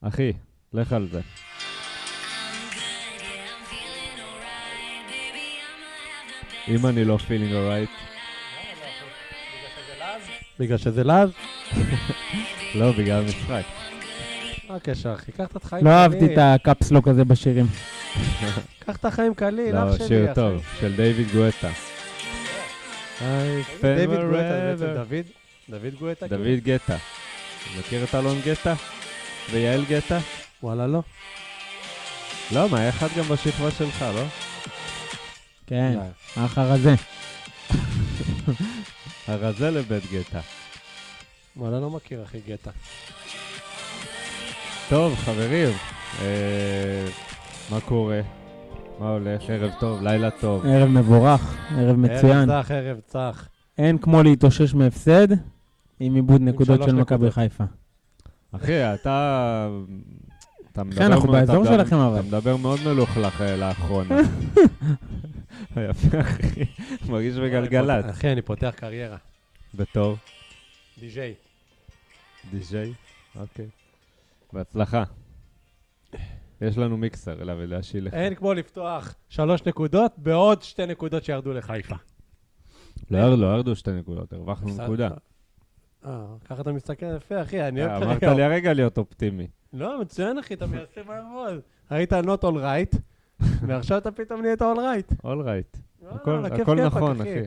אחי, לך על זה. אם אני לא feeling alright, בגלל שזה לעז? לא, בגלל המשחק. מה הקשר, אחי? קח את החיים לא קלים. אהבתי את הקפסלוק הזה בשירים. קח את החיים קליל, אח לא, אה, שלי. שיר אחי. טוב, של דיוויד גואטה. דיוויד Forever. גואטה, זה בעצם דוד? דוד גואטה? כאילו. דוד גטה. מכיר את אלון גטה? ויעל גטה? וואלה, לא. לא, מה, היה אחד גם בשכבה שלך, לא? כן, לא. האחר הזה. הרזה לבית גטה. וואלה, לא מכיר, אחי, גטה. טוב, חברים, אה, מה קורה? מה הולך? ערב טוב, לילה טוב. ערב מבורך, ערב מצוין. ערב צח, ערב צח. אין כמו להתאושש מהפסד עם עיבוד נקודות שלוש של נקודות. מכבי חיפה. אחי, אתה... אתה מדבר אנחנו מאוד- אתה באזור מדבר- שלכם, אבל. אתה מדבר מאוד מלוכלך אה, לאחרונה. יפה, אחי. מרגיש בגלגלצ. אחי, אני פותח קריירה. בתור די-ג'יי. די-ג'יי. אוקיי. בהצלחה. יש לנו מיקסר אליו להשאיל לך. אין כמו לפתוח שלוש נקודות בעוד שתי נקודות שירדו לחיפה. לא ירדו, לא ירדו שתי נקודות, הרווחנו נקודה. אה, ככה אתה מסתכל יפה, אחי, אני אה, אוהב אמרת את לי הרגע. הרגע להיות אופטימי. לא, מצוין, אחי, אתה מיישם מהרמוז. היית not all right, ועכשיו אתה פתאום נהיית all right. אולרייט. וואלה, הכל אה, כיף, הכל כיף, נכון, אחי.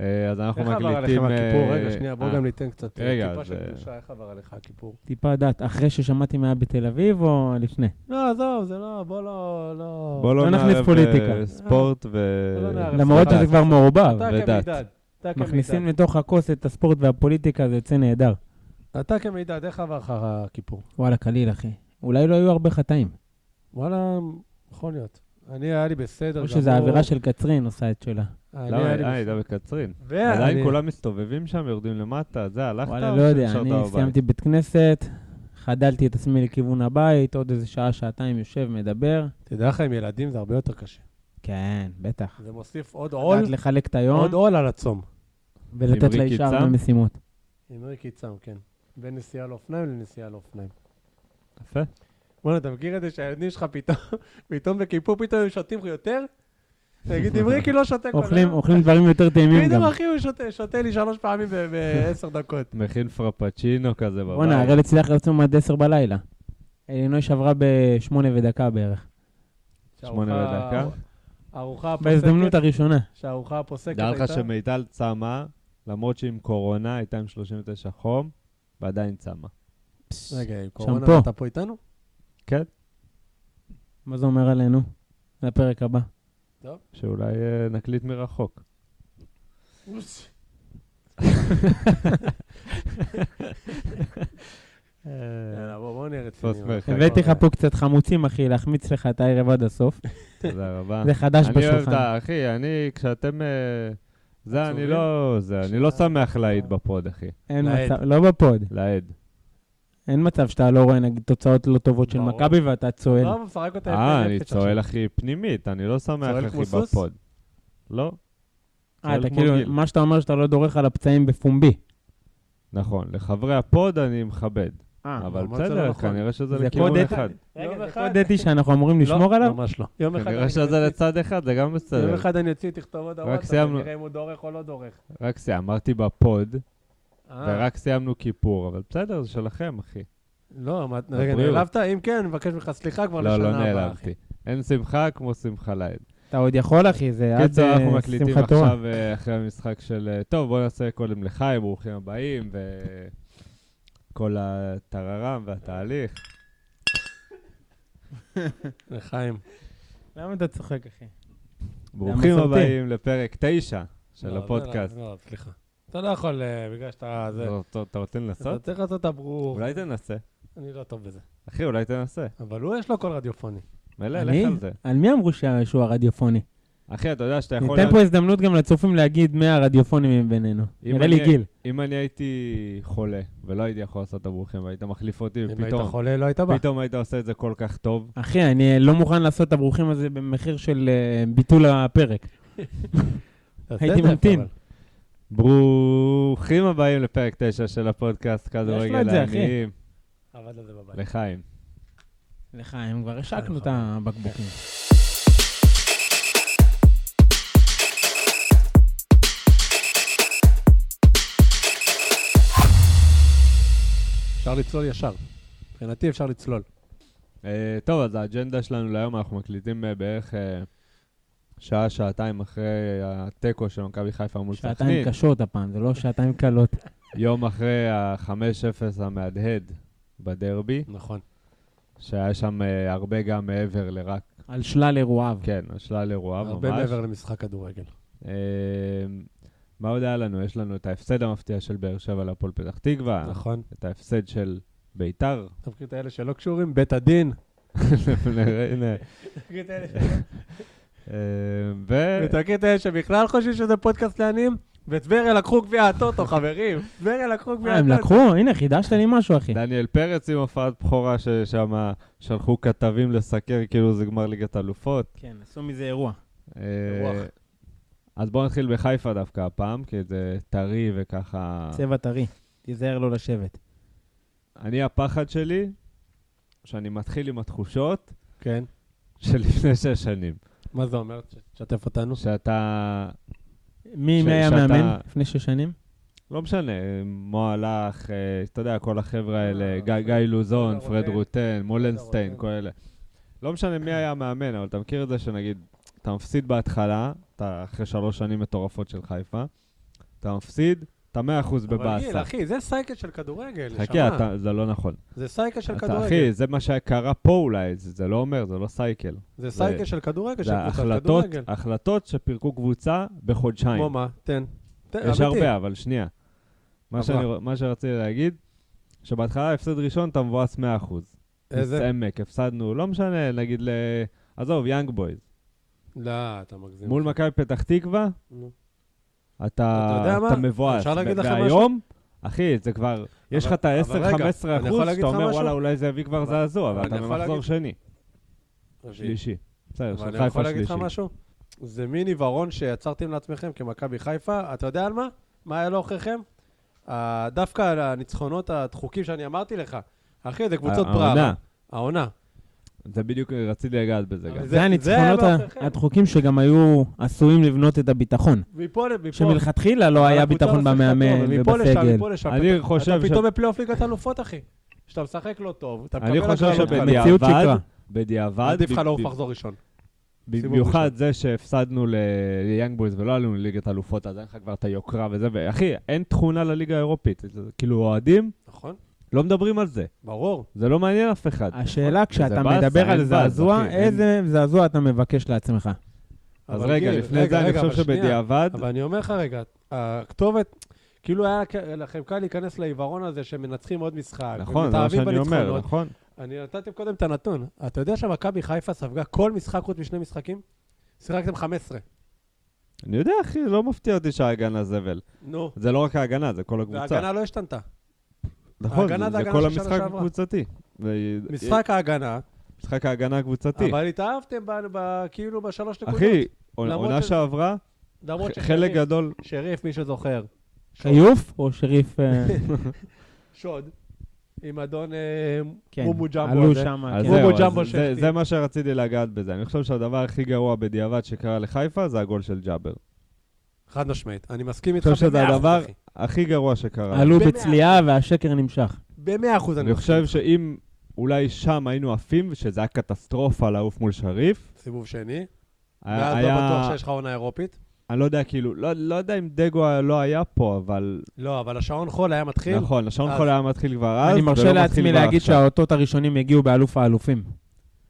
אה, אז אנחנו איך עבר מקליטים... עליכם הכיפור? אה, רגע, שנייה, בואו אה, גם ניתן קצת אה, רגע, טיפה אז, של אה, קדושה, איך עבר עליך הכיפור? טיפה דעת, אחרי ששמעתי מה היה בתל אביב או לפני? לא, עזוב, זה לא, בוא לא... לא... בוא לא לא נכניס נערב פוליטיקה. אה, ספורט ו... בוא לא נערב למרות ספורט. שזה כבר מעורבב. אתה כן, ודת. כמידד. אתה מכניסים כמידד. לתוך הכוס את הספורט והפוליטיקה, זה יוצא נהדר. אתה כמידד, איך עבר לך הכיפור? וואלה, קליל, אחי. אולי לא היו הרבה חטאים. וואלה, יכול להיות. אני, היה לי בסדר. או שזו האווירה של קצרין עושה את שלה. לא, למה? אה, הייתה בקצרין. עדיין כולם מסתובבים שם, יורדים למטה, זה, הלכת? אה, וואלה, או לא יודע, שנשארת אני בבית? סיימתי בית כנסת, חדלתי את עצמי לכיוון הבית, עוד איזה שעה, שעתיים יושב, מדבר. תדע לך, עם ילדים זה הרבה יותר קשה. כן, בטח. זה מוסיף עוד עול, לדעת לחלק את היום עוד עול על הצום. ולתת עברי לאישה קיצם? הרבה משימות. עם ריקי צם, כן. בין נסיעה לאופניים לנסיעה לאופניים. יפה. בואנה, אתה מכיר את זה שהילדים שלך פתאום, פתאום בכיפור, פתאום הם שותים לך יותר? תגיד, אם ריקי לא שותה כל היום. אוכלים אוכלים דברים יותר טעימים גם. פתאום, אחי, הוא שותה, שותה לי שלוש פעמים ב- בעשר דקות. מכין פרפצ'ינו כזה בבית. בואנה, הראל הצליח לצום עד 10 בלילה. אלינוי שברה ב-8 ודקה בערך. שמונה שהארוחה- ודקה. הארוחה בהזדמנות הפוסקת, הראשונה. שהארוחה הפוסקת דע לך הייתה... שמיטל צמה, למרות שהיא עם קורונה, הייתה עם 39 חום, ועדיין צמה. רגע, עם קורונה, שמפו. אתה פה איתנו? כן, מה זה אומר עלינו? לפרק הבא. שאולי אה, נקליט מרחוק. יאללה, בוא, בוא נהיה תפוס רציניים. מרחק. הבאתי אוקיי. לך פה קצת חמוצים, אחי, להחמיץ לך את הערב עד הסוף. אה. תודה רבה. זה חדש אני אוהב את בשולחן. ה... אחי, אני, כשאתם... אה, זה, אני עצובים? לא... זה, אני לא שמח להעיד בפוד, אחי. אין לעד. מצב, לא בפוד. להעיד. אין מצב שאתה לא רואה, נגיד, תוצאות לא טובות של ברור. מכבי ואתה צוהל. לא, מפרק אותה אה, יפה אני נפש צוהל עכשיו. אחי פנימית, אני לא שמח צוהל אחי כמו סוס? בפוד. לא, אה, צוהל אתה כמו גיל. כאילו, מה שאתה אומר שאתה לא דורך על הפצעים בפומבי. נכון, לחברי הפוד אני מכבד. אבל למרות שזה לא בסדר, נכון. כנראה שזה זה לכיוון קוד אחד. יום רגע, זה אחד- קוד אתי שאנחנו אמורים לשמור לא, עליו? ממש לא. יום אחד כנראה אני שזה אוציא- לצד אחד, זה גם יום בסדר. אחד אני אוציא תכתובות הוואטסאפ, סיימנו. נראה אם הוא דורך או לא דורך. רק סי- אמרתי בפוד, אה, ורק סיימנו כיפור, אבל בסדר, זה שלכם, אחי. לא, מה- רגע, הבריאות. נעלבת? אם כן, אני מבקש ממך סליחה כבר לשנה לא, הבאה. לא אחי. נעלבתי. אין שמחה כמו שמחה לעד. אתה עוד יכול, אחי, זה עד קיצור, כן, אנחנו אה, מקליטים שמחת תורה. עכשיו אה, אחרי המשחק של... אה, טוב, בואו נעשה קודם לחיים, ברוכים הבאים, וכל הטררם והתהליך. לחיים. למה אתה צוחק, אחי? ברוכים המסורתי. הבאים לפרק 9 של לא, הפודקאסט. לא, לא, סליחה. אתה לא יכול, אה, בגלל שאתה... זה- אתה- אתה- אתה רוצה אתה לנסות? צריך לעשות את הברור. אולי תנסה. אני לא טוב בזה. אחי, אולי תנסה. אבל הוא, יש לו קול רדיופוני. מילא, אני? לך על זה. על מי אמרו שה- שהוא הרדיופוני? אחי, אתה יודע שאתה יכול... ניתן פה הזדמנות גם לצופים להגיד מי הרדיופונים מבינינו. אם נראה לי אני- גיל. אם אני הייתי חולה, ולא הייתי יכול לעשות את הברוכים, והיית מחליף אותי, אם היית ופתאום חולה, לא היית בא. פתאום היית עושה את זה כל כך טוב, אחי, אני לא מוכן לעשות את הברוכים הזה במחיר של אה, ביטול הפרק. תעשה הייתי את זה, ממתין. אבל. ברוכים הבאים לפרק 9 של הפודקאסט לו את כדורגל זה, אחי. העניים. עבד לא על זה בבית. לחיים. לחיים, כבר השקנו את אה, הבקבוקים. כן, אפשר לצלול ישר. מבחינתי אפשר לצלול. אה, טוב, אז האג'נדה שלנו להיום, אנחנו מקליטים אה, בערך אה, שעה, שעתיים אחרי התיקו של מכבי חיפה מול סכנין. שעתיים קשות הפעם, זה לא שעתיים קלות. יום אחרי ה-5-0 המהדהד בדרבי, נכון. שהיה שם אה, הרבה גם מעבר לרק, על שלל אירועיו. כן, השלל אירוע ממש. הרבה מעבר למשחק כדורגל. אה, מה עוד היה לנו? יש לנו את ההפסד המפתיע של באר שבע להפועל פתח תקווה, נכון. את ההפסד של ביתר. אתה מכיר את האלה שלא קשורים? בית הדין. הנה, מכיר את האלה אה, ו- אתה מכיר את אלה שבכלל חושבים שזה פודקאסט לעניים? וטבריה לקחו גביע הטוטו, חברים. טבריה לקחו כן. גביע אה, הם הטוטו. לקחו? הנה, חידשת לי משהו, אחי. דניאל פרץ עם הופעת בכורה ששם שלחו כתבים לסקר כאילו זה גמר ליגת אלופות. כן, עשו מזה אירוע. אה, אירוח. אז בואו נתחיל בחיפה דווקא הפעם, כי זה טרי וככה... צבע טרי, תיזהר לא לשבת. אני, הפחד שלי, שאני מתחיל עם התחושות כן. של לפני שש שנים. מה זה אומר? ש- תשתף אותנו. שאתה, מי ש- מי היה שאתה- מאמן לפני שש שנים? לא משנה, מועלך, אה, אתה יודע, כל החבר'ה האלה, אה, גיא- גיא לוזון, רוטן. פרד רוטן, מולנסטיין, רוטן. כל אלה. לא משנה מי היה המאמן, אבל אתה מכיר את זה שנגיד, אתה מפסיד בהתחלה, אתה אחרי שלוש שנים מטורפות של חיפה, אתה מפסיד, אתה מאה אחוז אבל גיל, בבאסה. אחי, זה סייקל של כדורגל, חכה, נשמה. אתה- זה לא נכון. זה סייקל של אתה, כדורגל. אחי, זה מה שקרה פה אולי, זה זה לא אומר, זה לא סייקל. זה סייקל של כדורגל, של זה קבוצת החלטות, כדורגל. החלטות שפירקו קבוצה בחודשיים. כמו מה? תן. תן, יש אמיתי. הרבה, אבל שנייה. מה, אבל- שאני, מה שרציתי להגיד, שבהתחלה הפסד ראשון אתה מבואס 100%. איזה? עמק, הפסדנו, לא משנה, נגיד ל... עזוב, יאנג בויז. לא, אתה מגזים. מול מכבי פתח תקווה, נו. אתה, אתה יודע מה? מבואס. אפשר להגיד לך משהו? והיום, אחי, זה כבר, יש לך את אבל רגע, ה-10-15 אני יכול אחוז, להגיד שאתה לך אומר, משהו? וואלה, אולי זה יביא כבר אבל- זעזוע, אבל ואתה אני יכול במחזור להגיד- שני, רביעי. שלישי. בסדר, אבל של אני יכול חיפה להגיד לך שלישי. משהו? זה מין עיוורון שיצרתם לעצמכם כמכבי חיפה. אתה יודע על מה? מה היה לאוכריכם? אה, דווקא על הניצחונות הדחוקים שאני אמרתי לך. אחי, זה קבוצות פרארה. אה, העונה, העונה. זה בדיוק, רציתי לגעת בזה גם. אבל זה- זה הניצחונות זה היה בעוכריכם. הדחוקים שגם היו עשויים לבנות את הביטחון. מפה ל- מפה. שמלכתחילה לא היה הקבוצה ביטחון לא שיחקה במאמן טוב, מפה לשם, ובסגל. מפה לשם. אני אתה- חושב אתה ש- פתאום בפלייאוף ליגת אלופות, אחי. כשאתה משחק לא טוב, אתה מקבל... אני חושב הגרלות קלות. שבדיעבד- המציאות שיקרה. שבדיעבד, בדיעבד, עדיף לך ב- לעוף ב- מחזור ראשון. במיוחד זה שהפסדנו ל- ליאנג בויז ולא עלינו לליגת אלופות, אז אין לך כבר את היוקרה וזה, ואחי, אין תכונה לליגה האירופית. זה- כאילו, אוהדים נכון? לא מדברים על זה. ברור. זה לא מעניין אף אחד. השאלה, וזה כשאתה באסה, מדבר אין על באז, זעזוע, אחי, אין- איזה זעזוע אתה מבקש לעצמך? אז אבל רגע, גיל, לפני זה אני רגע, חושב אבל שנייה. שבדיעבד, אבל אני אומר לך רגע, הכתובת, כאילו היה כ- לכם קל להיכנס לעיוורון הזה שמנצחים עוד משחק. נכון, זה מה ומתאהבים שאני אומר, בניצחונות. נכון? אני נתתי קודם את הנתון. אתה יודע שמכבי חיפה ספגה כל משחק חוץ משני משחקים? שיחקתם 15. אני יודע, אחי, לא מפתיע אותי שההגנה זבל. נו. זה לא רק ההגנה, זה כל הקבוצה. וההגנה לא השתנתה. אה, נכון, ההגנה זה זה זה ההגנה כל של המשחק שנה שעברה. הקבוצתי. זה- משחק ההגנה, משחק ההגנה הקבוצתי. אבל התאהבתם ב- ב- כאילו בשלוש נקודות. אחי, למרות עונה ש- שעברה, למרות ח- חלק ששריף, גדול שריף, מי שזוכר. כיוף או שריף... אה, שוד. עם אדון אה, כן, מומו ג'מבו עלו הזה. שם, אז כן. בובו זהו, ג'מבו אז זה, שכטי. זה מה שרציתי לגעת בזה. אני חושב שהדבר הכי גרוע בדיעבד שקרה לחיפה זה הגול של ג'אבר. חד משמעית. אני מסכים איתך חושב שזה במאה אחוז, הדבר- אחי. הכי גרוע שקרה. עלו במאה- בצליעה והשקר נמשך. במאה אחוז אני אני מסכים. חושב שאם אולי שם היינו עפים, שזה היה קטסטרופה לעוף מול שריף, סיבוב שני. היה... ואז לא בטוח אה, היה- שיש לך עונה אירופית. אני לא יודע, כאילו, לא, לא יודע אם דגו לא היה פה, אבל... לא, אבל השעון חול היה מתחיל. נכון, השעון אז- חול היה מתחיל כבר אז, כן, אני מרשה ולא לעצמי לא מתחיל כבר להגיד עכשיו. שהאותות הראשונים הגיעו באלוף האלופים.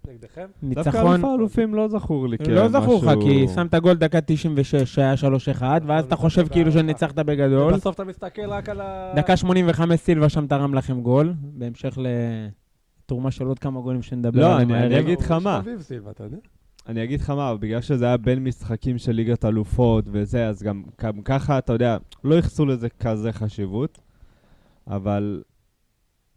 נגדכם? דווקא ניצחון... אלוף האלופים לא זכור לי כמשהו... לא זכור לך, כי שמת גול דקה 96 שהיה 3-1, ואז אתה חושב כאילו שניצחת בגדול. בסוף אתה מסתכל רק על ה... דקה 85 סילבה שם תרם לכם גול, בהמשך לתרומה של עוד כמה גולים שנדבר לא, עליהם אני הערב. אגיד לך הוא מה. חביב סילבה, אתה יודע? אני אגיד לך מה, בגלל שזה היה בין משחקים של ליגת אלופות וזה, אז גם, גם ככה, אתה יודע, לא ייחסו לזה כזה חשיבות, אבל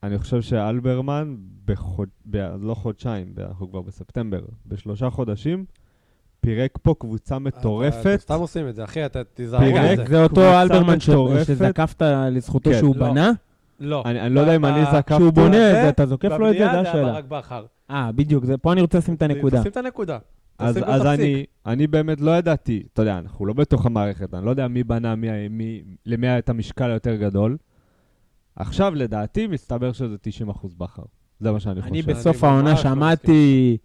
אני חושב שאלברמן, בחוד, ב, לא חודשיים, ב- אנחנו כבר בספטמבר, בשלושה חודשים, פירק פה קבוצה אתם מטורפת. סתם עושים את זה, אחי, אתה תיזהרו פירק, על זה. אוקיי, זה אותו קבוצה אלברמן ש- מטורפת. שזקפת לזכותו כן, שהוא לא. בנה, לא. אני אני לא יודע אם אני ב- זקפתי. כשהוא בונה את זה, זה, אתה זוקף לו את זה, בבנייה זה היה השאלה. ברק בכר. אה, בדיוק, זה- פה אני רוצה לשים את הנקודה. תשים את הנקודה. אז, תפסיק אז ותפסיק. אני, אני באמת לא ידעתי, אתה יודע, אנחנו לא בתוך המערכת, אני לא יודע מי בנה, מי, מי, למי היה את המשקל היותר גדול. עכשיו, לדעתי, מסתבר שזה 90% בכר. זה מה שאני אני חושב. בס- בסוף אני העונה ממש לא שמעתי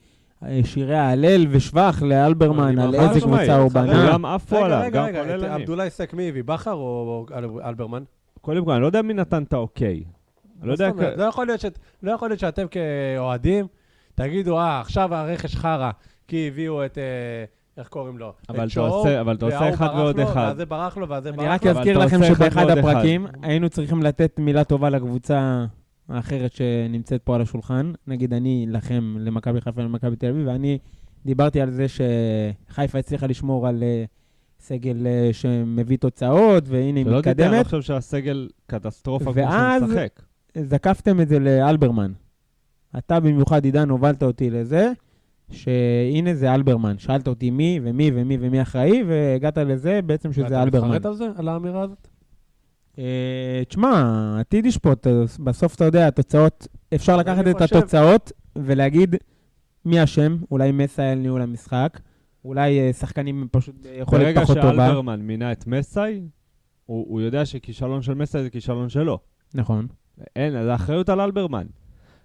אה, שירי ההלל ושבח לאלברמן אני על ממש איזה לא שומע, קבוצה הוא חד בנה. כולם עפו רגע, עליו, רגע, גם רגע, כולל את אני. עבדולאי סק מי הביא, בכר או או אל- אלברמן? קודם כל, אני לא יודע מי נתן את האוקיי. אני לא יודע... מה זאת אומרת? כ- לא יכול להיות שאת- לא יכול להיות שאתם כאוהדים תגידו, אה, עכשיו הרכש חרא, כי הביאו את, אה, איך קוראים לו? אבל את אתה שואו, עושה- אבל אתה עושה וההוא אחד ברח ועוד לו, אחד. והזה ברח לו, והזה ברח אני לו. רק אבל אזכיר אתה לכם עושה אחד שבאחד ועוד אחד. הפרקים היינו צריכים לתת מילה טובה לקבוצה האחרת שנמצאת פה על השולחן. נגיד אני לכם, למכבי חיפה ולמכבי תל אביב, ואני דיברתי על זה שחיפה הצליחה לשמור על אה, סגל אה, שמביא תוצאות, והנה היא שלא תטעה, אני לא מתקדמת. חושב שהסגל קטסטרופה כמו ואז- שהוא משחק. זקפתם את זה לאלברמן. אתה במיוחד, עידן, הובלת אותי לזה, שהנה זה אלברמן. שאלת אותי מי ומי ומי ומי אחראי, והגעת לזה בעצם שזה ואתה אלברמן. מתחרט על זה? על האמירה הזאת? אה, תשמע, עתיד ישפוט, אז בסוף אתה יודע, התוצאות, אפשר אני לקחת את חושב- התוצאות ולהגיד מי אשם, אולי מסע על ניהול המשחק, אולי אה, שחקנים הם פשוט ביכולת ברגע פחות טובה. שאלברמן מינה את מסאי, הוא הוא יודע שכישלון של מסאי זה כישלון שלו. נכון. אין, אז האחריות על אלברמן.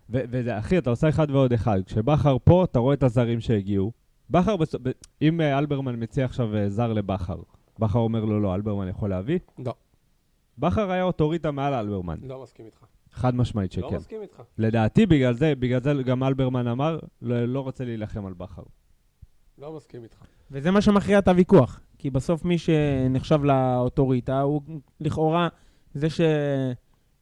ו- וזה, אחי, אתה עושה אחד ועוד אחד. כשבכר פה, אתה רואה את הזרים שהגיעו. בכר, בס... ב- אם אה, אלברמן מציע עכשיו אה, זר לבכר, בכר אומר לו, לא, אלברמן יכול להביא? לא. בכר היה אוטוריטה מעל אלברמן. לא מסכים איתך. חד משמעית לא שכן. מסכים איתך. לדעתי, בגלל זה, בגלל זה גם אלברמן אמר, לא, לא רוצה להילחם על בכר. לא מסכים איתך. וזה מה שמכריע את הוויכוח. כי בסוף מי שנחשב לאוטוריטה הוא לכאורה זה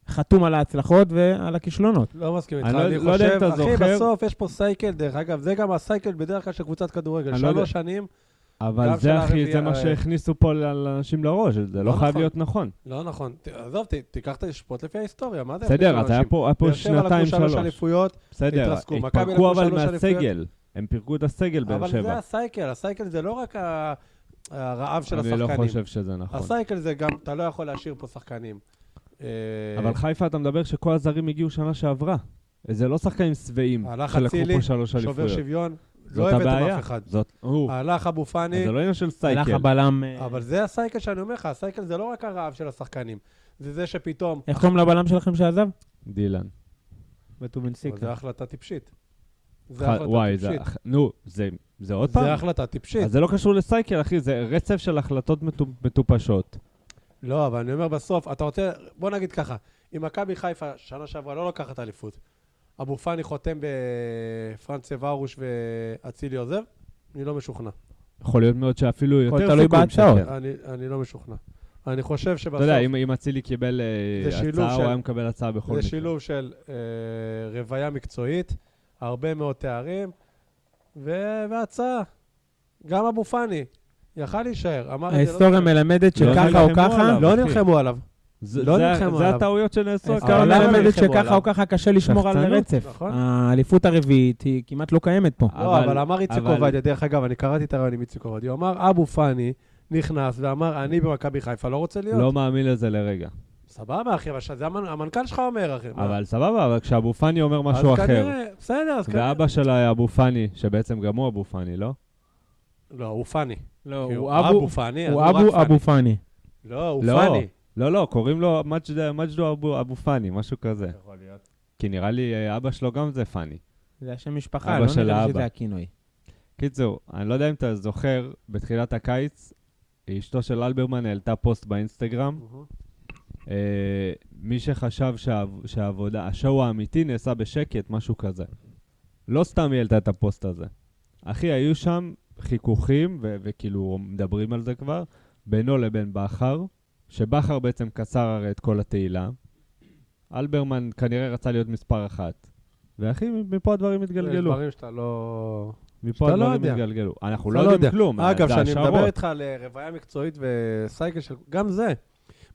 שחתום על ההצלחות ועל הכישלונות. לא מסכים איתך. אני לא- אני לא יודע אם חושב, אתה אחי, זוכר. בסוף יש פה סייקל, דרך אגב, זה גם הסייקל בדרך כלל של קבוצת כדורגל. אני לא יודע. שלוש שנים, אבל גם של זה, אחי, הרביעייה, זה מה אה, שהכניסו פה לאנשים לראש, זה לא לא חייב נכון. להיות נכון. לא נכון. ת- עזוב, ת- תיקח את השפוט לפי ההיסטוריה, מה זה? בסדר, יחליטו אז היה לא, אנשים? פה היה פה באר שבע לקחו שנתיים, שלוש שלוש. אליפויות, בסדר, התרסקו. מכבי לקחו התפרקו אבל שלוש אליפויות. מהסגל. הם פירקו את הסגל, באר אבל זה שבע. הסייקל, הסייקל זה לא רק ה- הרעב של אני השחקנים. לא חושב שזה נכון. הסייקל זה גם, אתה לא יכול להשאיר פה שחקנים. אה, אבל חיפה, אתה מדבר שכל הזרים הגיעו שנה שעברה. זה לא שחקנים שבעים הלך שלקחו אצילי, פה שלוש אה, שובר אה, אליפויות. שוויון, לא זאת הבאתם הבעיה. אף אחד. זאת, או, הלך אבו אז פאני, זה לא עניין של הלך סייקל. הבלם, אה, אבל זה הסייקל שאני אומר לך, הסייקל זה לא רק הרעב של השחקנים. זה זה שפתאום... איך קוראים לבלם שלכם שעזב? דילן. אבל זה החלטה טיפשית. זה ח- החלטה וואי, זה... טיפשית. אח- נו, זה- זה עוד זה פעם? החלטה טיפשית. אז זה לא קשור לסייקל, אחי, זה רצף של החלטות מטו- מטופשות. לא, אבל אני אומר בסוף, אתה רוצה, בוא נגיד ככה, אם מכבי חיפה שנה שעברה לא לוקחת אליפות, אבו פאני חותם בפרנס סברוש ואצילי עוזב, אני לא משוכנע. יכול להיות מאוד שאפילו יותר תלוי סיכויים בהצעות. שכן. אני, אני לא משוכנע. אני חושב אתה שבסוף יודע, אם- אם אצילי קיבל אה, זה שילוב הצעה, של- הוא היה מקבל הצעה בכל זה מקרה. שילוב של אה, רוויה מקצועית, הרבה מאוד תארים, ו- והצעה. גם אבו פאני יכל להישאר, אמר את זה. לא ההיסטוריה נלחמו- מלמדת לא שככה או נלחמו ככה, עליו. לא נלחמו עליו. זה- לא זה- נלחמו זה עליו. אה, הטעויות שנעשו. ההיסטוריה כמה ההיסטוריה פעמים. למה מלמדת נלחמו שככה עליו? או ככה קשה לשמור על שחצנות, רצף. נכון. האליפות הרביעית היא כמעט לא קיימת פה. לא, אבל אבל- אמר איציק אבל- עובדיה, דרך אגב, אני קראתי את הרעיון עם איציק עובדיה, הוא אמר, אבו פאני נכנס ואמר, אני במכבי חיפה לא רוצה להיות. לא מאמין לזה לרגע. סבבה, אחי, אבל זה המנ- המנכ"ל שלך אומר, אחי. מה? אבל סבבה, אבל כשאבו פאני אומר משהו אז אחר, כנראה, בסדר, אז כנראה. ואבא שלה היה אבו פאני, שבעצם גם הוא אבו פאני, לא? לא, הוא פאני. לא, כי הוא אבו אבו- פאני, אז הוא רק אבו פאני. אבו פאני. לא, הוא לא. פאני. לא, לא, קוראים לו מג'ד- מג'דו אבו- אבו פאני, משהו כזה. כי נראה לי אה, אבא שלו גם זה פאני. זה השם משפחה, אבא לא של נראה לי האבא. שזה הכינוי. קיצור, אני לא יודע אם אתה זוכר, בתחילת הקיץ, אשתו של אלברמן העלתה פוסט באינסטגרם. אה, מי שחשב שהעב- שהעבודה, השואו האמיתי נעשה בשקט, משהו כזה. לא סתם היא העלתה את הפוסט הזה. אחי, היו שם חיכוכים, ו- וכאילו מדברים על זה כבר, בינו לבין בכר, שבכר בעצם קצר הרי את כל התהילה. אלברמן כנראה רצה להיות מספר אחת. ואחי, מפה הדברים יש התגלגלו. אה, דברים שאתה לא... מפה שאתה לא הדברים יודע. התגלגלו. אנחנו אתה לא יודעים כלום. אגב, זה כשאני מדבר השערות. איתך על אה, רוויה מקצועית וסייקל של... גם זה.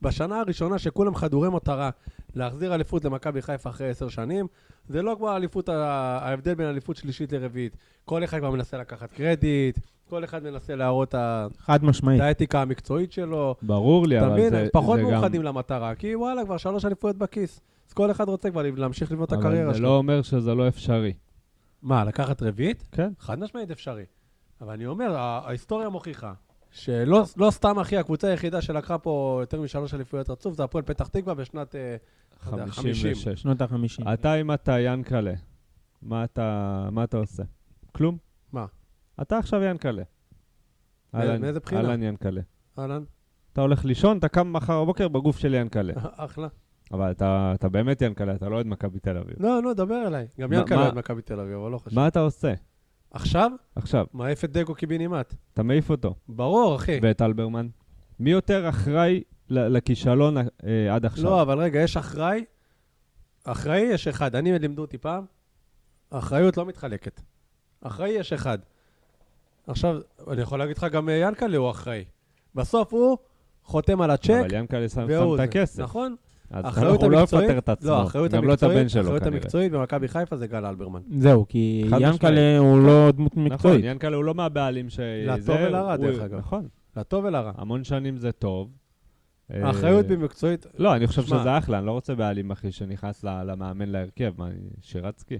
בשנה הראשונה שכולם חדורי מטרה להחזיר אליפות למכבי חיפה אחרי עשר שנים, זה לא כמו האליפות, ה- ההבדל בין אליפות שלישית לרביעית. כל אחד כבר מנסה לקחת קרדיט, כל אחד מנסה להראות ה- חד את משמעית. האתיקה המקצועית שלו. ברור לי, אתה אה. כן, אבל מבין? זה הם פחות זה גם... מאוחדים למטרה, כי וואלה, כבר שלוש אליפויות בכיס. אז כל אחד רוצה כבר להמשיך לבנות את אבל הקריירה זה שלו. לא אומר שזה לא אפשרי. מה, לקחת רביעית? כן. חד משמעית אפשרי. אבל אני אומר, ה- ההיסטוריה מוכיחה שלא לא סתם, אחי, הקבוצה היחידה שלקחה פה יותר משלוש אליפויות רצוף זה הפועל פתח תקווה בשנת... אה, אתה יודע, 56. שנות החמישים. אתה, אם אתה ינקלה, מה אתה, מה אתה עושה? כלום. מה? אתה עכשיו ינקלה. מא- אהלן- מאיזה בחינה? אהלן ינקלה. אהלן, אתה הולך לישון, אתה קם מחר בבוקר בגוף של ינקלה. אחלה. אבל אתה, אתה באמת ינקלה, אתה לא אוהד מכבי תל אביב. לא, לא, דבר אליי. גם מה- ינקלה מה- אוהד מכבי תל אביב, אבל לא חשוב. מה אתה עושה? עכשיו? עכשיו, מעיף את דגו קיבינימט. אתה מעיף אותו. ברור, אחי. ואת אלברמן. מי יותר אחראי ל- לכישלון אה, עד עכשיו? לא, אבל רגע, יש אחראי. אחראי יש אחד. אני, לימדו אותי פעם, אחריות לא מתחלקת. אחראי יש אחד. עכשיו, אני יכול להגיד לך, גם אה, ינקלה הוא אחראי. בסוף הוא חותם על הצ'ק, אבל ינקלה שם שם והוא את זה. הכסף. נכון? אז האחריות הוא לא המקצועית- יפטר את עצמו. לא, האחריות גם לא את המקצועית- הבן שלו האחריות כנראה. המקצועית במכבי חיפה זה גל אלברמן. זהו, כי חד ינקלה הוא לא דמות נכון, מקצועית. ינקלה הוא לא מהבעלים ש... לטוב זה, ולרע, הוא- דרך אגב. נכון, לטוב ולרע. המון שנים זה טוב. אה, האחריות במקצועית, לא, אני חושב שמע. שזה אחלה, אני לא רוצה בעלים, אחי, שנכנס ל- למאמן להרכב, מה, אני שירצקי?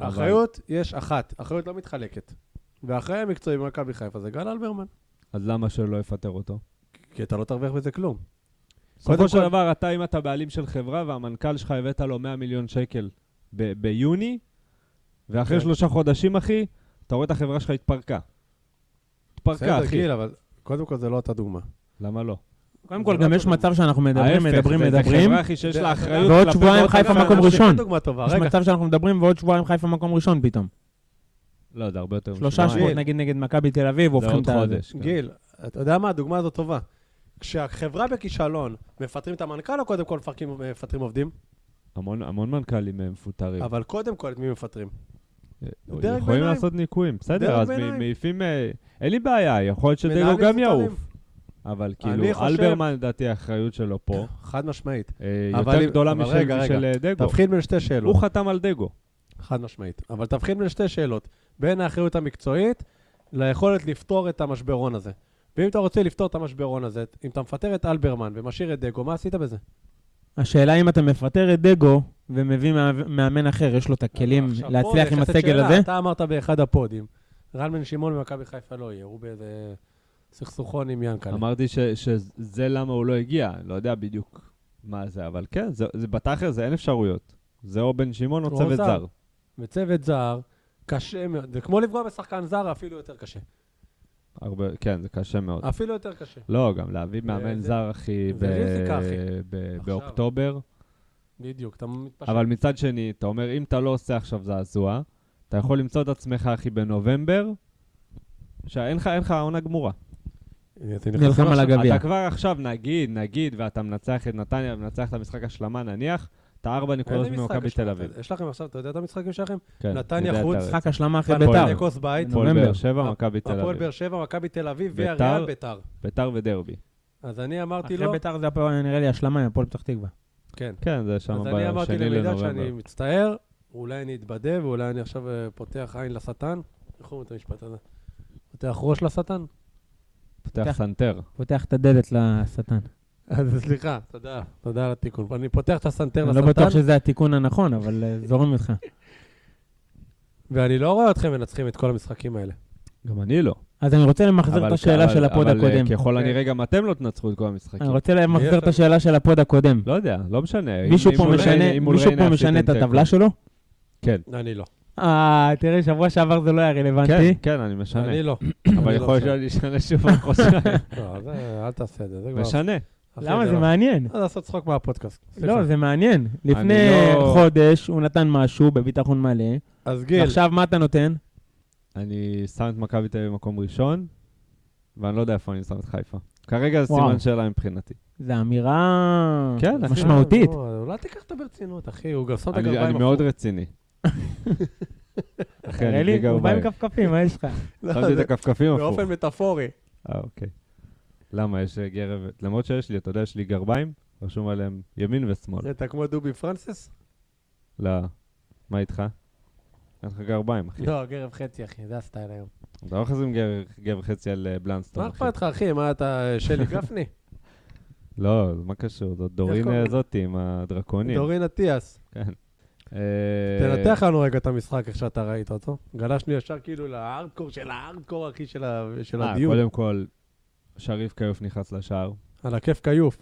אבל- האחריות יש אחת, האחריות לא מתחלקת. והאחראי המקצועי במכבי חיפה זה גל אלברמן. אז למה שלא יפטר אותו? כי אתה לא תרוויח בזה כלום. בסופו של כל- דבר, אתה, אם אתה בעלים של חברה והמנכ"ל שלך הבאת לו 100 מיליון שקל ב- ביוני, ואחרי כן. שלושה חודשים, אחי, אתה רואה את החברה שלך התפרקה. התפרקה, בסדר, אחי. גיל, אבל קודם כל זה לא אותה דוגמה. למה לא? קודם זה כל, לא גם אותו יש דבר. מצב שאנחנו מדברים, ההפך, מדברים, זה- זה מדברים. חברה, אחי, שיש לה זה- אחריות. ועוד כלפי שבועיים מאוד חיפה הרבה מקום אנשים. ראשון. דוגמה טובה, יש רגע. מצב שאנחנו מדברים ועוד שבועיים חיפה מקום ראשון פתאום. לא, זה הרבה יותר שלושה משבועיים. שבועות נגיד נגד מכבי תל אביב, זה הופכים עוד את ה... חודש. כן. גיל, אתה יודע מה? הדוגמה הזאת טובה. כשהחברה בכישלון, מפטרים את המנכ"ל או קודם כל מפרקים- מפטרים עובדים? המון, המון מנכ"לים הם מפוטרים. אבל קודם כל את מי מפטרים? אה, דרג יכולים ביניים. לעשות ניקויים, בסדר, דרג אז מ- ביניים. מעיפים... אה, אין לי בעיה, יכול להיות שדגו מנהלים גם מפוטרים. יעוף. אבל אני כאילו, חושב- אלברמן, לדעתי, האחריות שלו פה חד משמית. אה, אבל יותר אם- גדולה אבל משל רגע, רגע. משל, אה, דגו. תבחין בין שתי שאלות. הוא חתם על דגו. חד משמעית. אבל תבחין בין שתי שאלות. בין האחריות המקצועית ליכולת לפתור את המשברון הזה. ואם אתה רוצה לפתור את המשברון הזה, אם אתה מפטר את אלברמן ומשאיר את דגו, מה עשית בזה? השאלה אם אתה מפטר את דגו ומביא מאמן- מאמן אחר, יש לו את הכלים אה, עכשיו, פה להצליח עם נכנסת הסגל שאלה. הזה? אתה אמרת באחד הפודים, רן בן שמעון במכבי חיפה לא יהיה, הוא באיזה סכסוכון עם ינקלה. אמרתי ש- שזה למה הוא לא הגיע, לא יודע בדיוק מה זה, אבל כן, זה- זה בתכל'ס, אין אפשרויות. זה או בן שמעון או או צוות זר. זר. וצוות זר, קשה מאוד, זה כמו לפגוע בשחקן זר, אפילו יותר קשה. הרבה- כן, זה קשה מאוד. אפילו יותר קשה. לא, גם להביא מאמן זה- זר, אחי, זה ב- ריזיקה, אחי. ב- עכשיו. באוקטובר. בדיוק, אתה מתפשט. אבל מצד שני, אתה אומר, אם אתה לא עושה עכשיו זעזוע, אתה יכול למצוא את עצמך, אחי, בנובמבר, שאין לך, אין לך עונה גמורה. אתה נכנס נלחם על עכשיו. הגביע. אתה כבר עכשיו, נגיד, נגיד, ואתה מנצח את נתניה, ומנצח את המשחק השלמה, נניח, אתה ארבע נקודות איזה משחק ממכבי יש תל לכם? אביב. יש לכם עכשיו, אתה יודע את המשחקים שלכם? כן, נתניה יודע, חוץ, אתה- משחק השלמה אחרי בית"ר. ביתר. לכוס בית, הפועל באר הפ- שבע, מכבי תל הפועל אביב. באר שבע, מכבי תל אביב, ביתר. ויאריאל, ביתר. ביתר ודרבי. אז אני אמרתי אחרי לו, ביתר זה הפועל, נראה לי השלמה עם הפועל פתח תקווה. כן. כן, זה שם אז אני אמרתי בשני למידע שאני לנובמבר. מצטער, אולי אני אתבדה ואולי אני עכשיו אה, פותח עין לשטן. איך אומרים את המשפט הזה? פותח ראש לשטן? פותח סנטר. פותח את הדלת לשטן. אז סליחה, תודה, תודה על התיקון. אני פותח את הסנטר אני לא בטוח לשטן, שזה התיקון הנכון, אבל אה, זורם איתך. ואני לא רואה אתכם מנצחים את כל המשחקים האלה. גם אני לא. אז אני רוצה למחזר את אבל- השאלה אבל- של הפוד אבל, אה, הקודם. ככל אוקיי. הנראה גם אתם לא תנצחו את כל המשחקים. אני רוצה למחזר את איפה? השאלה של הפוד הקודם. לא יודע, לא משנה. אם- מישהו אם פה מול ריינה- משנה- אם מול מישהו ריינה פה משנה את עשיתם הטבלה תיקו. שלו? כן. אני לא. אה, תראה, שבוע שעבר זה לא היה רלוונטי. כן, כן, אני משנה. אני לא. אבל אני לא יכול להיות עושה. שאני אשנה שוב עוד חודשיים. לא, זה- אל תעשה את זה, זה כבר... משנה. אחי, למה? זה לא. מעניין. לא לעשות צחוק מהפודקאסט. סליחה. לא, זה מעניין. לפני לא- חודש הוא נתן משהו בביטחון מלא, אז גיל, ועכשיו מה אתה נותן? אני שם את מכבי תל אביב במקום ראשון, ואני לא יודע איפה אני שם את חיפה. כרגע זה וואו. סימן שאלה מבחינתי. זו אמירה כן, אחי. משמעותית. לא, לא, אל תיקח אותו ברצינות, אחי, הוא גם שם את אני הגרביים. אני מאוד רציני. אחי, תראה אני בלי לי, הוא בא עם גרביים. כפכפים, מה יש לך? לא, שמתי את זה- הכפכפים הפוך. באופן מטאפורי. אה, אוקיי. למה, יש אה, גרב... למרות שיש לי, אתה יודע, יש לי גרביים, רשום עליהם ימין ושמאל. אתה כמו דובי פרנסס? לא. מה איתך? אין לך גרביים, אחי. לא, גרב חצי, אחי, זה הסטייל היום. אתה לא יכול לשים גר- גב חצי על אה, בלנסטון, מה אחי. אכפת לך, אחי? מה אתה, שלי גפני? לא, מה קשור? זאת דורין קוראים? זאתי עם הדרקונים. דורין אטיאס, אה, תנתח לנו רגע את המשחק, איך שאתה ראית אותו. גלשנו ישר כאילו להארדקור של ההארדקור, אחי, של ה- של אה, הדיון. קודם כל, שריף כיוף נכנס לשער. על הכיף כיוף.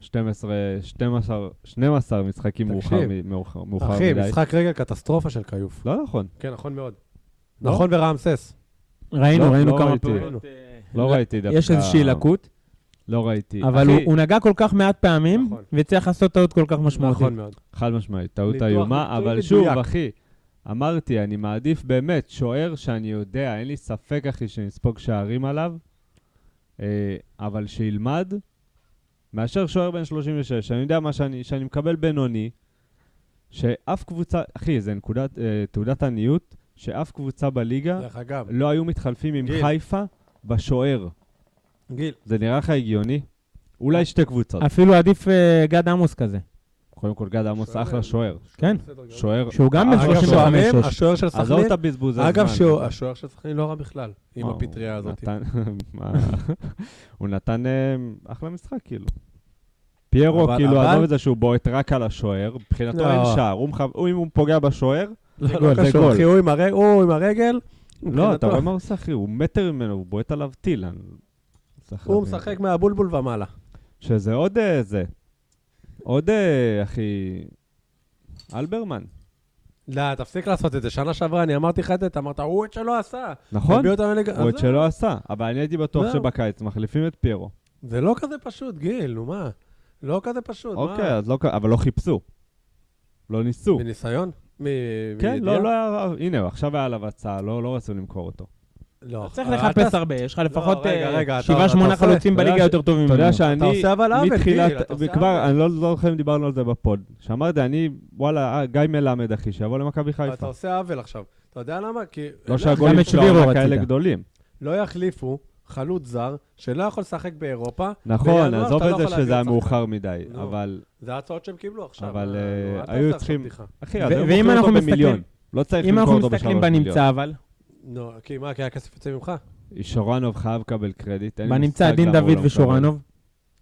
12, 12, 12 משחקים מאוחר תקשיב. מ- מאוחר- מאוחר אחי, מדי. משחק רגע קטסטרופה של כיוף. לא נכון, כן, נכון מאוד. לא? נכון ורעמסס. ראינו, לא, ראינו לא כמה ראיתי. פעמים. לא ראיתי דווקא. יש איזושהי לקות, לא ראיתי. אבל אחי, הוא- הוא נגע כל כך מעט פעמים, נכון. והצליח לעשות טעות כל כך משמעותית. נכון מאוד. חד משמעית, טעות ניתוח איומה, מקצועי אבל מדויק. שוב, אחי, אמרתי, אני מעדיף באמת שוער שאני יודע, אין לי ספק, אחי, שנספוג שערים עליו, אה, אבל שילמד, מאשר שוער בן 36, שאני יודע מה שאני, שאני מקבל בינוני, שאף קבוצה, אחי, זה נקודת, אה, תעודת עניות, שאף קבוצה בליגה דרך אגב, לא היו מתחלפים עם גיל. חיפה בשוער. גיל, זה נראה לך הגיוני? אולי שתי קבוצות. אפילו עדיף אה, גד עמוס כזה. קודם כל, גד עמוס שוער. אחלה שוער. כן. בסדר גמור. שוער. שהוא גם בן אגב, אגב, 35. שוערים, שש. השוער של עזוב סכנין, את הבזבוז לא הזמן. אגב, שהוא- השוער של סכנין לא רע בכלל, עם וואו, הפטריה הוא הזאת. נתן- מה? הוא נתן אה, אחלה משחק, כאילו. פיירו, אבל- כאילו, אבל- עזוב את זה שהוא בועט רק על השוער, מבחינתו לא. אין שער. הוא מחב- הוא, אם הוא פוגע בשוער, לא, זה לא גול, זה קשור, גול. אחי, הוא עם הרג- הוא עם הרגל, לא, אתה מבחינתו. רואה מה הוא עושה, אחי? הוא מטר ממנו, הוא בועט עליו טיל. אני- צריך הוא להבין. משחק מהבולבול ומעלה. שזה עוד אה, זה. עוד, אה, אחי... אלברמן, לא, תפסיק לעשות את זה. שנה שעברה אני אמרתי לך את זה, אתה אמרת, הוא את שלא עשה. נכון? הביא אותם לליגה- הוא עוד עזוב, שלא עשה, אבל אני הייתי בטוח זהו. שבקיץ מחליפים את פיירו. זה לא כזה פשוט, גיל, נו מה? לא כזה פשוט, מה? אוקיי, אז לא, ק- אבל לא חיפשו. לא ניסו. מניסיון? מ- כן, מידיעה? לא, לא היה... הנה, עכשיו היה עליו הצעה, לא לא רצו למכור אותו. לא. צריך אה, לחפש אתה- הרבה, יש לך לפחות רגע, אה, רגע, אתה- שבעה, אתה שמונה עושה- חלוצים אתה יודע בליגה ש- יותר טובים אתה ממנו. יודע שאני... אתה עושה אבל עוול, מתחילת... גיל, אתה עושה וכבר, עוול. אני לא לא זוכר אם דיברנו על זה בפוד. שאמרתי, אני, וואלה, אה, גיא מלמד, אחי, שיבוא למכבי אתה חיפה. עושה עוול עכשיו. אתה יודע למה? כי... לא גם שהגולים את שלו שבירו היו כאלה רצית. גדולים. לא יחליפו חלוץ זר שלא יכול לשחק באירופה. נכון, בינואר עזוב אתה את לא זה יכול להביא שזה היה עוד מאוחר מדי, נו. אבל... זה ההצעות שהם קיבלו עכשיו. אבל, אה, אה, אל תעשה היו עכשיו צריכים- בדיחה. אחי, ו- אז היו ואם מוכרים אותו אנחנו במיליון. מסתכלים- לא צריך אם למכור אנחנו אותו בשלוש מסתכלים מיליון. בנמצא, אבל, נו, כי מה, כי הכסף יוצא ממך? לא, שורנוב חייב לקבל קרדיט. אין לי בנמצא מושג דין למה הוא לא דוד מקבל. ושורנוב,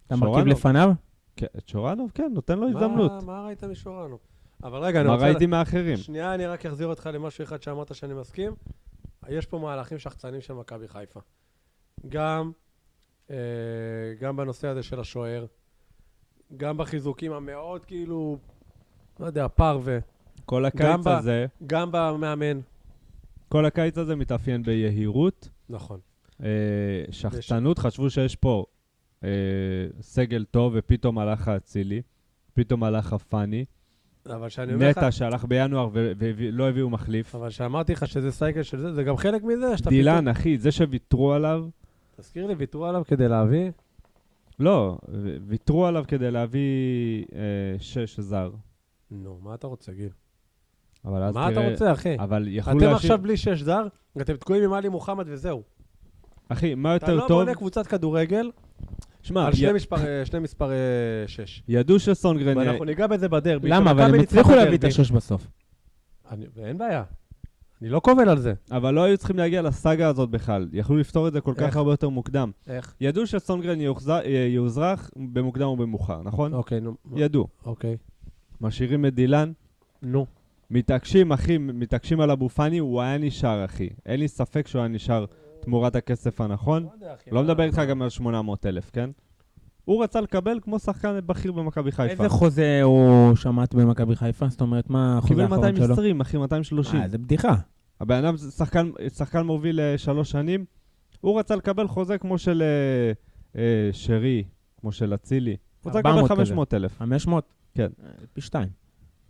אתה מרכיב שורנוב? לפניו? כן, את שורנוב, כן, נותן לו הזדמנות. מה- מה ראית משורנו? אבל רגע, אני מה רוצה... ראיתי מהאחרים? שנייה, אני רק אחזיר אותך למשהו אחד שאמרת שאני מסכים. יש פה מהלכים שחצנים של מכבי חיפה. גם, אה, גם בנושא הזה של השוער, גם בחיזוקים המאוד כאילו, לא יודע, פרווה, כל גם הקיץ ב- הזה, גם במאמן. כל הקיץ הזה מתאפיין ביהירות, נכון. אה, שחצנות, חשבו שיש פה אה, סגל טוב, ופתאום הלך האצילי, פתאום הלך הפאני, אבל שאני אומר לך... נטע שהלך בינואר ו- ולא הביאו מחליף, אבל שאמרתי לך שזה סייקל של זה, זה גם חלק מזה שאתה... דילן, אחי, זה שוויתרו עליו, פתאום- תזכיר לי, ויתרו עליו כדי להביא? לא, ו- ויתרו עליו כדי להביא אה, שש זר. נו, מה אתה רוצה, גיל? אבל אז מה אתה תראה... רוצה, אחי? אבל יכלו אתם להשאיר... עכשיו בלי שש זר, אתם תקועים עם עלי מוחמד וזהו. אחי, מה אתה יותר לא טוב? בונה קבוצת כדורגל שמע, על י- שני מספר, אה, שני מספר אה, שש. ידעו שסונגרן... אה, ואנחנו ניגע בזה בדרבי. למה? אבל שמכבי הם הצליחו ניצחה להביא את בדרבי. השש בסוף. אני- ואין בעיה. אני לא קובל על זה. אבל לא היו צריכים להגיע לסאגה הזאת בכלל. יכלו לפתור את זה כל איך? כך הרבה יותר מוקדם. איך? ידעו שסונגרן יאוחז- אה, יאוזרח במוקדם או במאוחר, נכון? אוקיי, נו. ידעו. אוקיי. משאירים את דילן, נו. מתעקשים, אחי, מתעקשים על אבו פאני, הוא היה נשאר, אחי. אין לי ספק שהוא היה נשאר תמורת הכסף הנכון. לא מדבר איתך גם על 800 אלף, כן? הוא רצה לקבל כמו שחקן בכיר במכבי חיפה. איזה חוזה הוא שמט במכבי חיפה? זאת אומרת, מה החוזה קיבל האחרון שלו? 220, אחי, 230. אה, זה בדיחה. הבן אדם זה שחקן, שחקן מוביל אה, שלוש שנים, הוא רצה לקבל חוזה כמו של אה, אה, שרי, כמו של אצילי. הוא רצה לקבל 400 כזה. 500 אלף. 500? כן. אה, פי שתיים.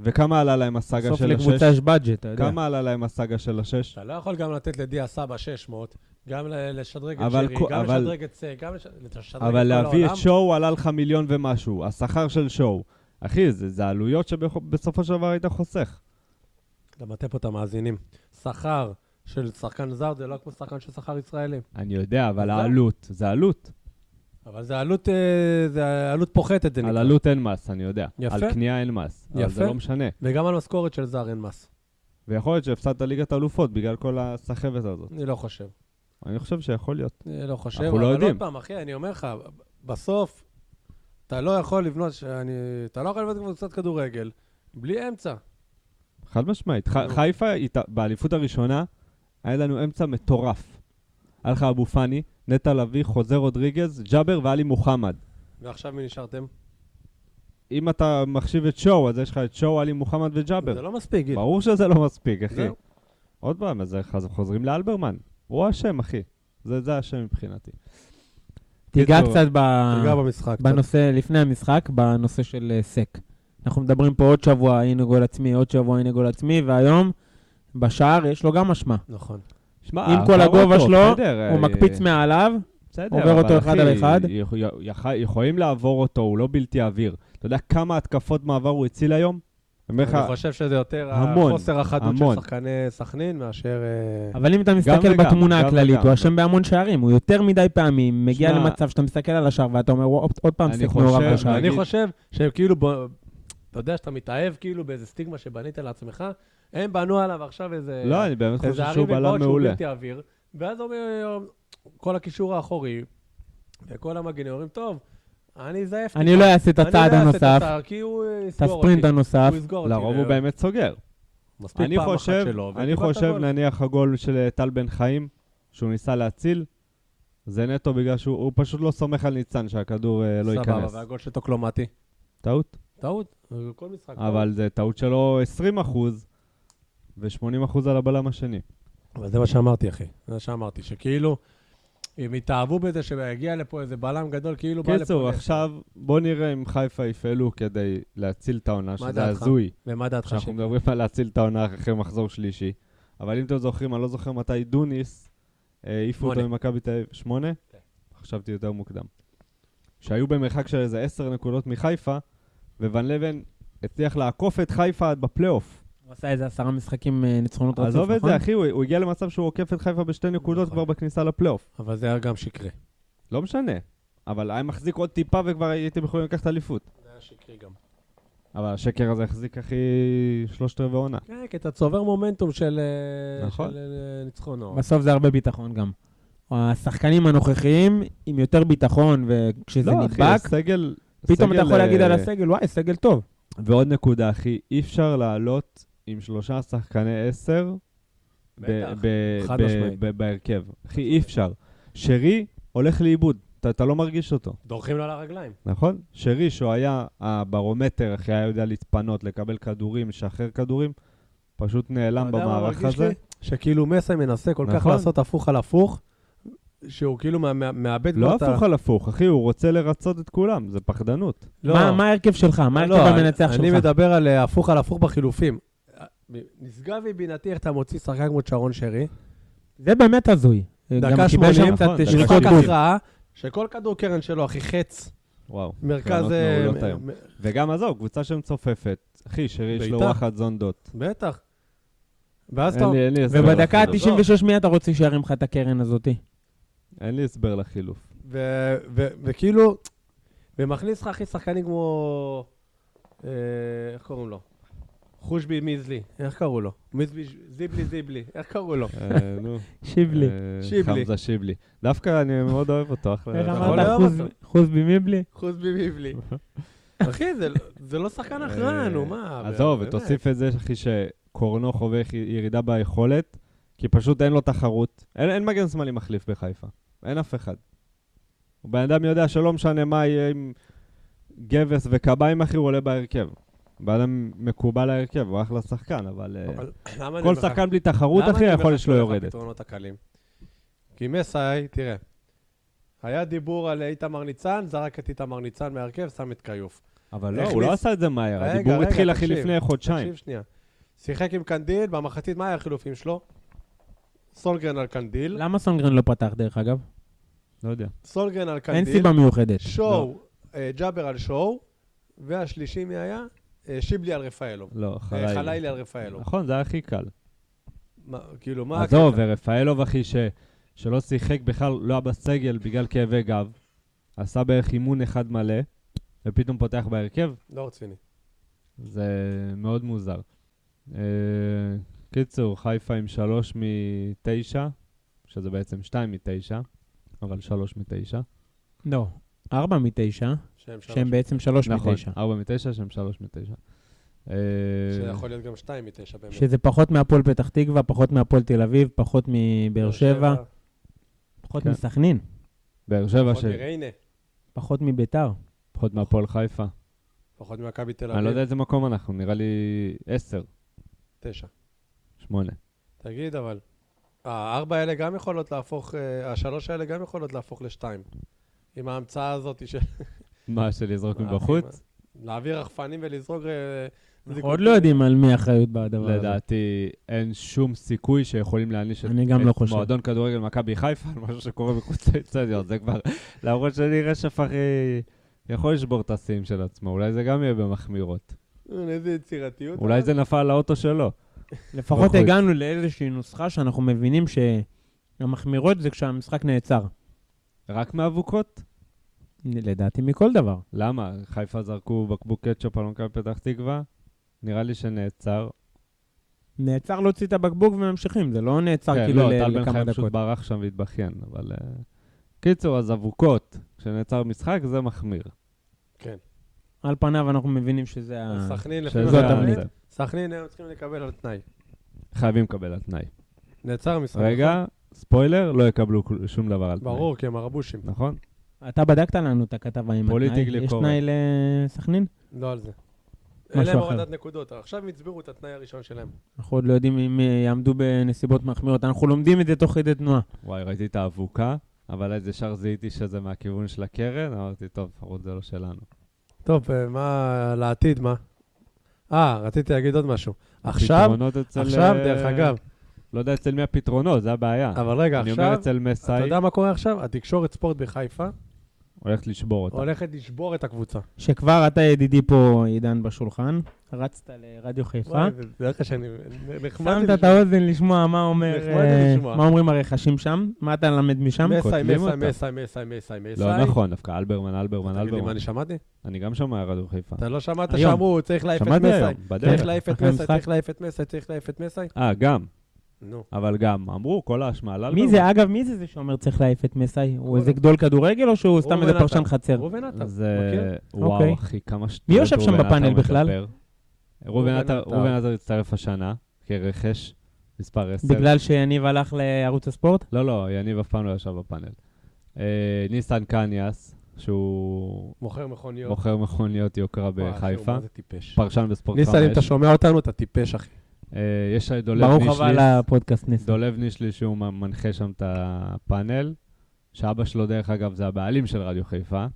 וכמה עלה להם הסאגה בסוף של לקבוצה השש? יש בדג'ט, אתה יודע. כמה עלה להם הסאגה של השש? אתה לא יכול גם לתת לדיה סבא 600, גם ל- לשדרג את אבל שרי, כל- גם אבל- לשדרג את סק, גם לש- לשדרג את אבל כל להביא העולם. את שואו עלה לך מיליון ומשהו, השכר של שואו. אחי, זה, זה עלויות שבסופו של דבר היית חוסך. אתה מטה פה את המאזינים. שכר של שחקן זר זה לא כמו שחקן של שכר ישראלי. אני יודע, אבל לא. העלות, זה עלות. אבל זה עלות, אה, זה עלות פוחתת, זה על נקרא. עלות אין מס, אני יודע. יפה. על קנייה אין מס. אבל יפה. זה לא משנה. וגם על משכורת של זר אין מס. ויכול להיות שהפסדת ליגת אלופות בגלל כל הסחבת הזאת. אני לא חושב. אני חושב שיכול להיות. אני לא חושב. אנחנו לא אבל יודעים. עוד פעם, אחי, אני אומר לך, בסוף, אתה לא יכול לבנות, שאני, אתה לא יכול לבנות קבוצת כדורגל בלי אמצע. חד משמעית. לא. ח- חיפה, איתה- באליפות הראשונה, היה לנו אמצע מטורף. היה לך אבו פאני, נטע לביא, חוזה רודריגז, ג'אבר ועלי מוחמד. ועכשיו מי נשארתם? אם אתה מחשיב את שואו, אז יש לך את שואו, עלי מוחמד זה וג'אבר. לא מספיק, גיל. ברור שזה לא מספיק, אחי. זהו. עוד פעם, אז חז- חוזרים לאלברמן. הוא השם, אחי. זה זה השם מבחינתי. תיגע קיצור, קצת ב... תיגע במשחק. קצת. בנושא, לפני המשחק, בנושא של אה, סק. אנחנו מדברים פה עוד שבוע, הנה גול עצמי, עוד שבוע, הנה גול עצמי, והיום, בשער, יש לו גם אשמה. נכון. שמע, עם כל עבר הגובה אותו, שלו, בסדר, אה, הוא מקפיץ מעליו, בסדר, עובר אבל אותו אחד אחי, על אחד. יכו- יכ- יכולים לעבור אותו, הוא לא בלתי עביר. אתה יודע כמה התקפות מעבר הוא הציל היום? אני אומר אה, לך, אני חושב שזה יותר המון, החוסר החדות המון. של שחקני סכנין מאשר... אה, אבל אם אתה מסתכל וגם, בתמונה גם הכללית, וגם. הוא אשם בהמון שערים, הוא יותר מדי פעמים מגיע שמע, למצב שאתה מסתכל על השער ואתה אומר, "וואו, עוד- עוד פעם אני סק חושב- מעורב אפשר בשער. אני להגיד- חושב שהם כאילו, ב- אתה יודע שאתה מתאהב כאילו באיזה סטיגמה שבנית לעצמך, הם בנו עליו עכשיו איזה... לא, אני באמת איזה חושב הרים שהוא גבעות בלם אה, שהוא מעולה. בלתי אוויר, ואז אומר, כל הקישור האחורי וכל המגנים אומרים, טוב, אני אזייף. אני לא אעשה את הצעד הנוסף, כי הוא אה, את יסגור אותי. הספרינט הנוסף. הוא יסגור אותי. לרוב הוא ו- באמת סוגר. מספיק אני פעם אחת חושב, שלא, אני וקיבלת חושב, גול. נניח הגול של אה, טל בן חיים, שהוא ניסה להציל, זה נטו בגלל שהוא הוא פשוט לא סומך על ניצן שהכדור אה, לא ייכנס. סבבה, והגול של טוקלומטי. טעות. טעות, כל משחק. אבל זה טעות שלו 20 אחוז, ו-80 אחוז על הבלם השני. אבל זה מה שאמרתי, אחי. זה מה שאמרתי, שכאילו, הם התאהבו בזה שיגיע לפה איזה בלם גדול, כאילו בא לפה... קיצור, עכשיו בוא נראה אם חיפה יפעלו כדי להציל את העונה, שזה דעתך? הזוי. ומה דעתך? שאנחנו שיקי? מדברים על להציל את העונה אחרי מחזור שלישי. אבל אם אתם זוכרים, אני לא זוכר מתי דוניס אה, העיפו אותו שמונה. ממכבי תל אביב. שמונה? כן. חשבתי יותר מוקדם. שהיו במרחק של איזה עשר נקודות מחיפה, וון לבן הצליח לעקוף את חיפה עד בפלייאוף. הוא עשה איזה עשרה משחקים אה, ניצחונות רצוף, נכון? עזוב את זה, אחי, הוא הוא הגיע למצב שהוא עוקף את חיפה בשתי נקודות נכון. כבר בכניסה לפלייאוף. אבל זה היה גם שקרי. לא משנה. אבל היה מחזיק עוד טיפה וכבר הייתם יכולים לקחת אליפות. זה היה שקרי גם. אבל השקר הזה החזיק, אחי, שלושת רבעי עונה. כן, כי אתה צובר מומנטום של אה, נכון. של, אה, ניצחונות. בסוף זה הרבה ביטחון גם. השחקנים הנוכחיים עם יותר ביטחון, וכשזה לא, אחי, נדבק, סגל... פתאום אתה סגל, יכול להגיד אה, על הסגל, וואי, סגל טוב. ועוד נקודה, אחי, אי אפשר לעלות עם שלושה שחקני עשר ב- בטח. ב- חד ב- משמעית. ב- בהרכב. אחי, אי אפשר. שרי הולך לאיבוד, אתה- אתה לא מרגיש אותו, דורכים לו על הרגליים. נכון? שרי, שהוא היה הברומטר, אחי, היה יודע להתפנות, לקבל כדורים, לשחרר כדורים, פשוט נעלם אתה יודע מה במערך מרגיש הזה. לי? שכאילו מסי מנסה כל כך נכון. לעשות הפוך על הפוך, שהוא כאילו מה- מה- מאבד לא כבר את ה- הפוך על הפוך, אחי, הוא רוצה לרצות את כולם, זה פחדנות. לא. מה מה ההרכב שלך? מה לא, ההרכב המנצח אני שלך? מדבר על אה, הפוך על הפוך בחילופים. אה, נשגב מבינתי איך אתה מוציא שחקן כמו צ'רון שרי. זה באמת הזוי. אה, דקה גם קיבל שם שמונים, קצת נכון, דקה יש יש כל שריקות שמונים. כך גוף. רעה, שכל כדור קרן שלו, אחי, חץ. וואו. מרכז... קרנות אה, מעולות מ- היום. מ- וגם עזוב, קבוצה שמצופפת. אחי, שרי יש לו בעיטה. וואחד זונדות. בטח. ואז אתה... אין לי- אין לי הסבר לא. ובדקה לחילוף. ה-96 מי אתה רוצה שירים לך את הקרן הזאתי? אין לי הסבר לחילוף. ו- ו- וכאילו, ומכניס לך אחי שחקנים כמו... אה, איך קוראים לו? חושבי מיזלי, איך קראו לו? מיזלי, זיבלי זיבלי, איך קראו לו? אה, נו. שיבלי. אה, שיבלי. חמזה שיבלי. דווקא אני מאוד אוהב אותו, אחלה. איך יכול יכול אמרת? להיות. לאהוב חוץ- אותו. חוץ במיבלי? חושבי מיבלי. אחי, זה- זה לא שחקן אחראי, נו, מה? אה, עזוב, אה, באמת. ותוסיף את זה, אחי, שקורנו חווה י- ירידה ביכולת, כי פשוט אין לו תחרות. אין אין מגן שמאלי מחליף בחיפה. אין אף אחד. הבן אדם יודע שלא משנה מה יהיה עם גבס וקביים, אחי, הוא עולה בהרכב. בן אדם מקובל להרכב, הוא אחלה שחקן, אבל... אה, אבל למה אני כל מחכה? שחקן בלי תחרות, למה אחי, אני היכולת מחכה שלו לך יורדת. לפתרונות הקלים? כי מסי, תראה, היה דיבור על איתמר ניצן, זרק את איתמר ניצן מהרכב, שם את כיוף. אבל לא, הכניס- הוא לא עשה את זה מהר. רגע, הדיבור רגע, התחיל, אחי, תקשיב, לפני חודשיים. תקשיב שנייה. שיחק עם קנדיל, במחצית מה היה החילופים שלו? סולגרן על קנדיל, למה סונגרן לא פתח דרך אגב? לא יודע. סולגרן על אין קנדיל, סיבה מיוחדת. שואו, לא. אה, ג'אבר על שואו, והשלישי מי היה? אה, שיבלי על רפאלוב. לא, אה, חלילה. חלילי על רפאלוב. נכון, זה היה הכי קל. מה- כאילו, מה... עזוב, אה. הקטע? ורפאלוב, אחי, ש... שלא שיחק בכלל, לא היה בסגל בגלל כאבי גב, עשה בערך אימון אחד מלא, ופתאום פותח בהרכב, לא רציני. זה מאוד מוזר. אה, קיצור, חיפה עם שלוש מתשע, שזה בעצם שתיים מתשע, אבל שלוש מתשע. לא. ארבע מתשע. שהם שלוש. שהם בעצם שלוש נכון, מתשע. 4 מ-9, שהם אה, 3 מ-9. שיכול להיות גם שתיים מתשע באמת. שזה פחות מהפועל פתח תקווה, פחות מהפועל תל אביב, פחות מבאר באר שבע, פחות כן. מסכנין, באר שבע, פחות ש- מריינה, פחות מביתר. פחות מהפועל חיפה. פחות ממכבי תל אני לא יודע אביב, איזה מקום אנחנו, נראה לי 10, תשע. 8. תגיד, אבל... הארבע האלה גם יכולות להפוך, אה, השלוש האלה גם יכולות להפוך לשתיים. עם ההמצאה הזאת של... מה, של לזרוק מה, מבחוץ? להעביר רחפנים ולזרוק... אה, אנחנו זיקוקים. עוד לא יודעים על מי האחריות בדבר הזה. לדעתי אין שום סיכוי שיכולים להעניש את אני גם לא את חושב. אה, מועדון כדורגל מכבי חיפה על משהו שקורה מחוץ לאצטדיון. זה כבר, למרות שאני רשף אחי, יכול לשבור את השיאים של עצמו, אולי זה גם יהיה במחמירות. אה, איזה יצירתיות. אולי אבל. זה נפל על האוטו שלו. לפחות בחוץ. הגענו לאיזושהי נוסחה שאנחנו מבינים שהמחמירות זה כשהמשחק נעצר. רק מאבוקות? לדעתי מכל דבר. למה? חיפה זרקו בקבוק קטשופ על מכבי פתח תקווה? נראה לי שנעצר. נעצר להוציא את הבקבוק וממשיכים, זה לא נעצר כן, כאילו לא, ל- טל בן לכמה חיים פשוט דקות. ברח שם והתבכיין, אבל... אה, קיצור, אז אבוקות, כשנעצר משחק, זה מחמיר. כן. על פניו אנחנו מבינים שזה ה... אז אה, סכנין, לפי מה שזה התבנית. שאני התבנית. מבין, סכנין הם צריכים לקבל על תנאי. חייבים לקבל על תנאי. נעצר המשחק. רגע, ספוילר, לא יקבלו כל- שום דבר על תנאי. נכון? ברור, כי הם הרבושים. נכון? אתה בדקת לנו את הכתבה עם התנאי? פוליטיקלי יש קורקט. תנאי לסכנין? לא על זה. משהו אלה הם אחר. הורדת נקודות. עכשיו הם הצבירו את התנאי הראשון שלהם. אנחנו עוד לא יודעים אם אה, יעמדו בנסיבות מחמירות, אנחנו לומדים את זה תוך כדי תנועה. וואי, ראיתי את האבוקה, אבל אז ישר זיהיתי שזה מהכיוון של הקרן, אמרתי, טוב, לפחות זה לא שלנו. טוב, אה, מה לעתיד, מה? אה, רציתי להגיד עוד משהו. עכשיו, הפתרונות אצל, עכשיו, אה, דרך אגב, לא יודע אצל מי הפתרונות, זה הבעיה. אבל רגע, אני אומר עכשיו, אצל מסי, אתה יודע מה קורה עכשיו? התקשורת ספורט בחיפה הולכת לשבור אותה. הולכת לשבור את הקבוצה. שכבר אתה ידידי פה, עידן, בשולחן, רצת לרדיו חיפה, וואי, זה- זה איך שאני... נחמד לי שמת את האוזן לשמוע מה אומר, נחמד אה, לי לשמוע. מה אומרים הרכשים שם, מה אתה למד משם? לשמוע. מסי, קוטלים מסי, אותה. מסי, מסי, מסי, מסי. לא נכון, דווקא אלברמן, אלברמן, תגיד לי מה אלברמן. אני שמעתי? אני גם שומע רדיו חיפה. אתה לא שמעת היום. שאמרו, צריך להעיף את שמעתי היום, כן. מסי. בדרך. צריך להעיף את אחרי מסי, המשחק. צריך להעיף את מסי, צריך להעיף את מסי. אה, גם, נו. אבל גם. אמרו, כל האשמה על אלברמן. מי זה, אגב, מי זה זה שאומר צריך להעיף את מסאי? הוא איזה ראובן. גדול כדורגל או שהוא סתם ראובן איזה פרשן עטר. כן. חצר? ראובן עטר, מכיר? זה... וואו, אוקיי. אחי, כמה שטויות מי יושב שם ראובן עטר בפאנל בכלל? מדבר. ראובן ראובן עטר עטר. ראובן עטר הצטרף השנה כרכש מספר 10. בגלל שיניב הלך לערוץ הספורט? לא, לא, יניב אף פעם לא ישב בפאנל. אה, ניסן קניאס, שהוא מוכר מכוניות. מוכר מכוניות יוקרה וואי, אחי, בחיפה, הוא מה זה טיפש. פרשן בספורט 5. ניסן, אם אתה שומע אותנו, אתה טיפש, אחי. אה, יש את דולב ברוך הבא נישליס, לפודקאסט ניס. דולב נישליס שהוא מנחה שם את הפאנל, שאבא שלו, דרך אגב, זה הבעלים של רדיו חיפה.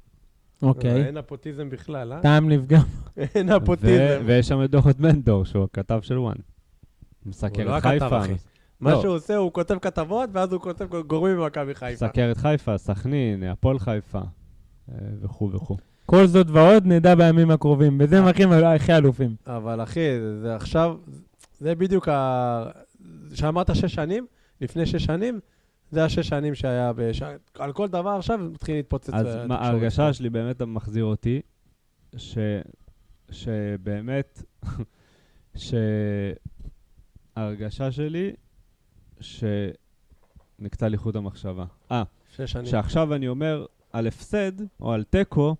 אוקיי. אין נפוטיזם בכלל, אה? טעם לפגם. אין ו- נפוטיזם. ויש שם את דוחות מנדור, שהוא הכתב של וואן. מסקר הוא לא את הכתב, חיפה. אחי. לא. מה שהוא עושה, הוא כותב כתבות, ואז הוא כותב גורמים במכבי חיפה. מסקר את חיפה, סכנין, הפועל חיפה, אה, וכו' וכו'. כל זאת ועוד נדע בימים הקרובים. וזה אה. מהאחים הכי אלופים. אבל אחי, זה- זה עכשיו, זה בדיוק ה... שאמרת שש שנים, לפני שש שנים, זה השש שנים שהיה, בש... על כל דבר עכשיו מתחיל להתפוצץ. אז בתקשורת. מה- ההרגשה שלי באמת מחזיר אותי, ש... שבאמת, שההרגשה שלי, שנקטע לי חוט המחשבה. אה, שש שנים. שעכשיו אני אומר על הפסד או על תיקו,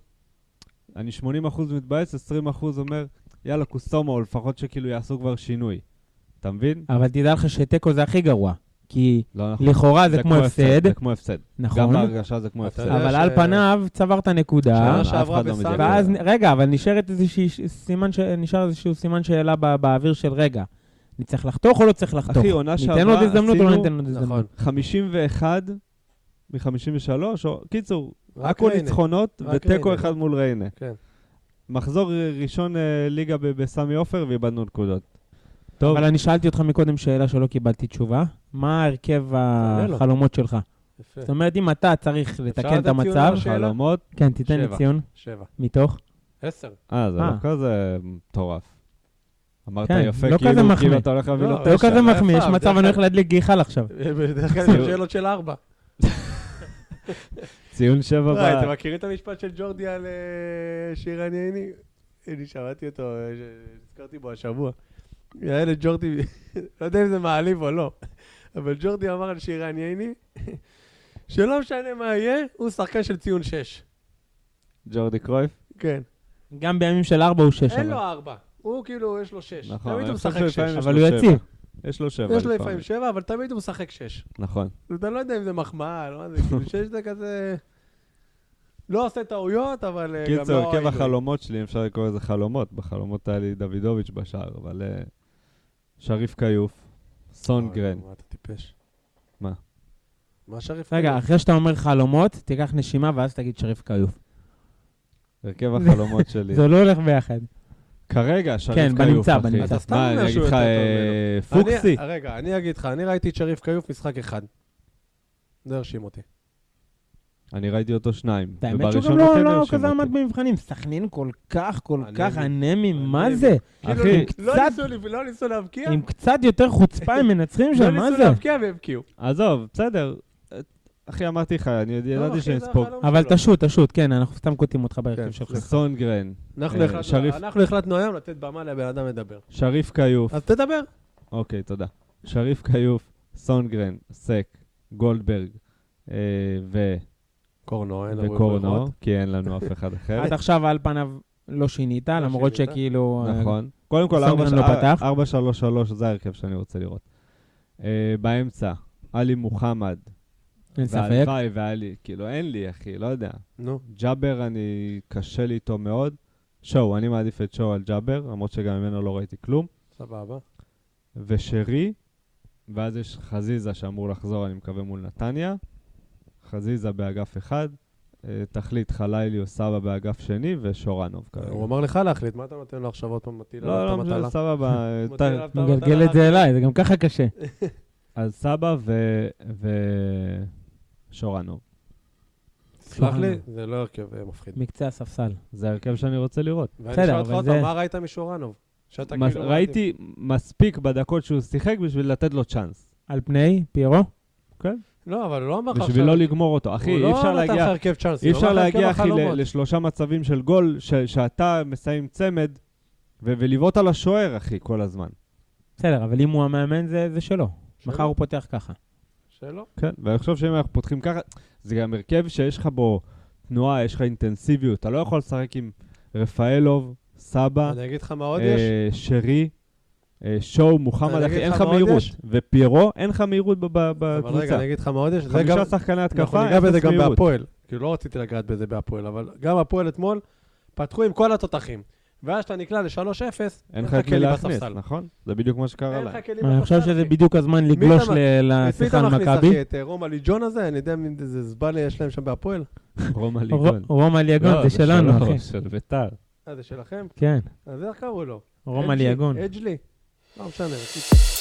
אני 80% מתבאס, 20% אומר, יאללה, קוסומו, לפחות שכאילו יעשו כבר שינוי. אתה מבין? אבל תדע לך שתיקו זה הכי גרוע. כי לא נכון. לכאורה זה כמו הפסד, זה כמו הפסד. גם נכון, בהרגשה זה כמו הפסד. אתה יודע אבל אה, ש- על פניו צברת נקודה, שנה אף אחד שעברה לא בסמי, מדבר. אה, ואז, רגע, אבל נשארת איזושהי ש- סימן, ש- נשאר איזשהו סימן שאלה בא- באוויר של רגע. אני צריך לחתוך או לא צריך לחתוך? אחי, עונה ניתן שעברה עוד הזדמנות או לא עשינו- ניתן עוד הזדמנות? נכון. 51 מ-53, או קיצור, רק הכל ריינה. ניצחונות רק ותיקו ריינה. אחד מול ריינה. כן. מחזור אה, ראשון אה, ליגה ב- בסמי עופר ואיבדנו נקודות. טוב, אבל אני שאלתי אותך מקודם שאלה שלא קיבלתי תשובה. מה ההרכב לו. החלומות שלך? יפה. זאת אומרת, אם אתה צריך לתקן את לתת ציון המצב, לשאלה? חלומות, כן, תיתן לי שבע. ציון, שבע. מתוך. עשר. אה, זה אה. לא כזה מטורף. אמרת כן, יפה, לא כאילו כזה מחמיא. כאילו אתה הולך להביא לו לא, אתה לא יש כזה שאלה מחמיא, יפה, יש אבל מצב, דרך אני הולך אגב- להדליק גריכל עכשיו. בדרך כלל זה שאלות של ארבע. ציון שבע וואי, לא, אתם ב... מכירים את המשפט של ג'ורדי על אה, שיר ענייני? אני שמעתי אותו, אה, ש- נזכרתי בו השבוע. הילד ג'ורדי, לא יודע אם זה מעליב או לא, אבל ג'ורדי אמר על שיר ענייני, שלא משנה מה יהיה, הוא שחקן של ציון 6. ג'ורדי קרויף. כן. גם בימים של ארבע הוא שש. אין אבל. לו ארבע, הוא כאילו, יש לו שש. נכון, תמיד אני הוא חושב משחק שש. שלפעמים יש אבל לו הוא שבע. יציב. יש לו שבע יש לו לפעמים שבע, אבל תמיד הוא משחק שש. נכון. אתה לא יודע אם זה מחמאה, לא יודע, כאילו שש זה כזה... לא עושה טעויות, אבל אה, גם לא... קיצור, הרכב היינו. החלומות שלי, אם אפשר לקרוא לזה חלומות. בחלומות היה לי דוידוביץ' בשער, אבל... אה, שריף כיוף, סונגרן. מה, אתה טיפש. מה? מה שריף? רגע, כאילו? אחרי שאתה אומר חלומות, תיקח נשימה ואז תגיד שריף כיוף. הרכב החלומות שלי. זה לא הולך ביחד. כרגע, כן, שריף כיוף, בנמצא, אחי. בנמצא. אתה סתם מה, אומר אני אגיד שהוא לך, יותר טוב אה, אני- פוקסי? רגע, אני אגיד לך, אני ראיתי את שריף כיוף משחק אחד. זה הרשים אותי. אני ראיתי אותו שניים. את האמת שהוא ובראשון גם הוא לא- כן לא הרשים כזה אותי. עמד במבחנים. סכנין כל כך, כל אנמי. כך אנמי, מה אנמי. זה? אחי, כאילו, עם לא קצת- ניסו לי- לא ניסו להבקיע, עם קצת יותר חוצפה הם מנצחים לא שם, מה ניסו זה? להבקיע והבקיעו. עזוב, בסדר. אה, אחי, אמרתי לך, אני ידעתי לא, אחי, שאני זה אספוג. החלום אבל שלו. תשוט, תשוט, כן, אנחנו סתם קוטעים אותך בהרכב כן, שלך. סליחה. סונגרן, אנחנו אה, החלטנו- שריף. אנחנו החלטנו היום לתת במה לבן אדם לדבר. שריף כיוף, אז תדבר. אוקיי, תודה. שריף כיוף, סונגרן, סק, גולדברג אה, ו- קורנו, אין הרבה וקורנו, ברירות. כי אין לנו אף אחד אחר. עד עכשיו על פניו לא שינית, למרות שינית. שכאילו... אה, נכון. קודם כל, סונגרן לא פתח. 4-3-3 זה ההרכב שאני רוצה לראות. אה, באמצע, עלי מוחמד. אה, אין ספק. והלוואי והיה לי, כאילו, אין לי, אחי, לא יודע. נו. ג'אבר, אני, קשה לי איתו מאוד. שואו, אני מעדיף את שואו על ג'אבר, למרות שגם ממנו לא ראיתי כלום. סבבה. ושרי, ואז יש חזיזה שאמור לחזור, אני מקווה, מול נתניה. חזיזה באגף אחד, אה, תחליט חלילי או סבא באגף שני, ושורנוב כרגע. הוא אמר לך להחליט, מה אתה נותן לו עכשיו עוד פעם מטיל כן. לא, עליו את לא, משנה, המטלה? סבבה. אה, מטיל ת- עליו את המטלה. מגלגל את זה אליי, זה גם ככה קשה. אז סבא ו- ו- שורנוב. סלח לי, זה לא הרכב אה, מפחיד. מקצה הספסל. זה ההרכב שאני רוצה לראות. ואני בסדר, אשאל אותך אבל עוד זה- פעם, מה ראית משורנוב? שאתה מס- כאילו... ראיתי מספיק בדקות שהוא שיחק בשביל לתת לו צ'אנס. על פני פיירו? לא, אבל הוא לא אמר לך בשביל לא לגמור אותו. אחי, אי אפשר הוא לא נתן לך להגיע... הרכב צ'אנס, אי אפשר להגיע, אחי, ל- לחלומות. לשלושה מצבים של גול, ש- שאתה מסיים צמד, ו- ולבעוט על השוער, אחי, כל הזמן. בסדר, אבל אם הוא המאמן זה זה שלו. שלו. מחר הוא פותח ככה. שלא. כן, ואני חושב שאם אנחנו פותחים ככה, זה גם הרכב שיש לך בו תנועה, יש לך אינטנסיביות. אתה לא יכול לשחק עם רפאלוב, סבא, אני אגיד לך מה עוד אה, יש. שרי, אה, שואו, מוחמד, אני אחי, אגיד אין לך לך מה עוד מהירות. יש. ופיירו, אין לך מהירות ב- ב- אבל רגע, בקבוצה. אני אגיד לך מה עוד יש. זה גם- אה, חמישה שחקני אנחנו התקפה, ניגע בזה אפס גם מהירות. בהפועל. כאילו, לא רציתי לגעת בזה בהפועל, אבל גם הפועל אתמול פתחו עם כל התותחים. ואז כשאתה נקלע ל-3-0, אין לך את מי כלים להכניס, בספסל. נכון? זה בדיוק מה שקרה אין להם. לך כלים אני חושב בספסל, שזה אחי. בדיוק הזמן אתה לגלוש מכ- ל- את מי לשיחה אתה על מכניס, מכבי. אחי? את אה, רומא ליג'ון הזה? אני יודע מי- איזה זבאלה יש להם שם בהפועל? רומא ליגון. רו- רומא לא, ליגון, זה שלנו, אחי. של ביתר. אה, זה שלכם? כן, אז איך קראו לו? רומא אג'לי, ליגון. אג'לי? לא משנה. בקיצור.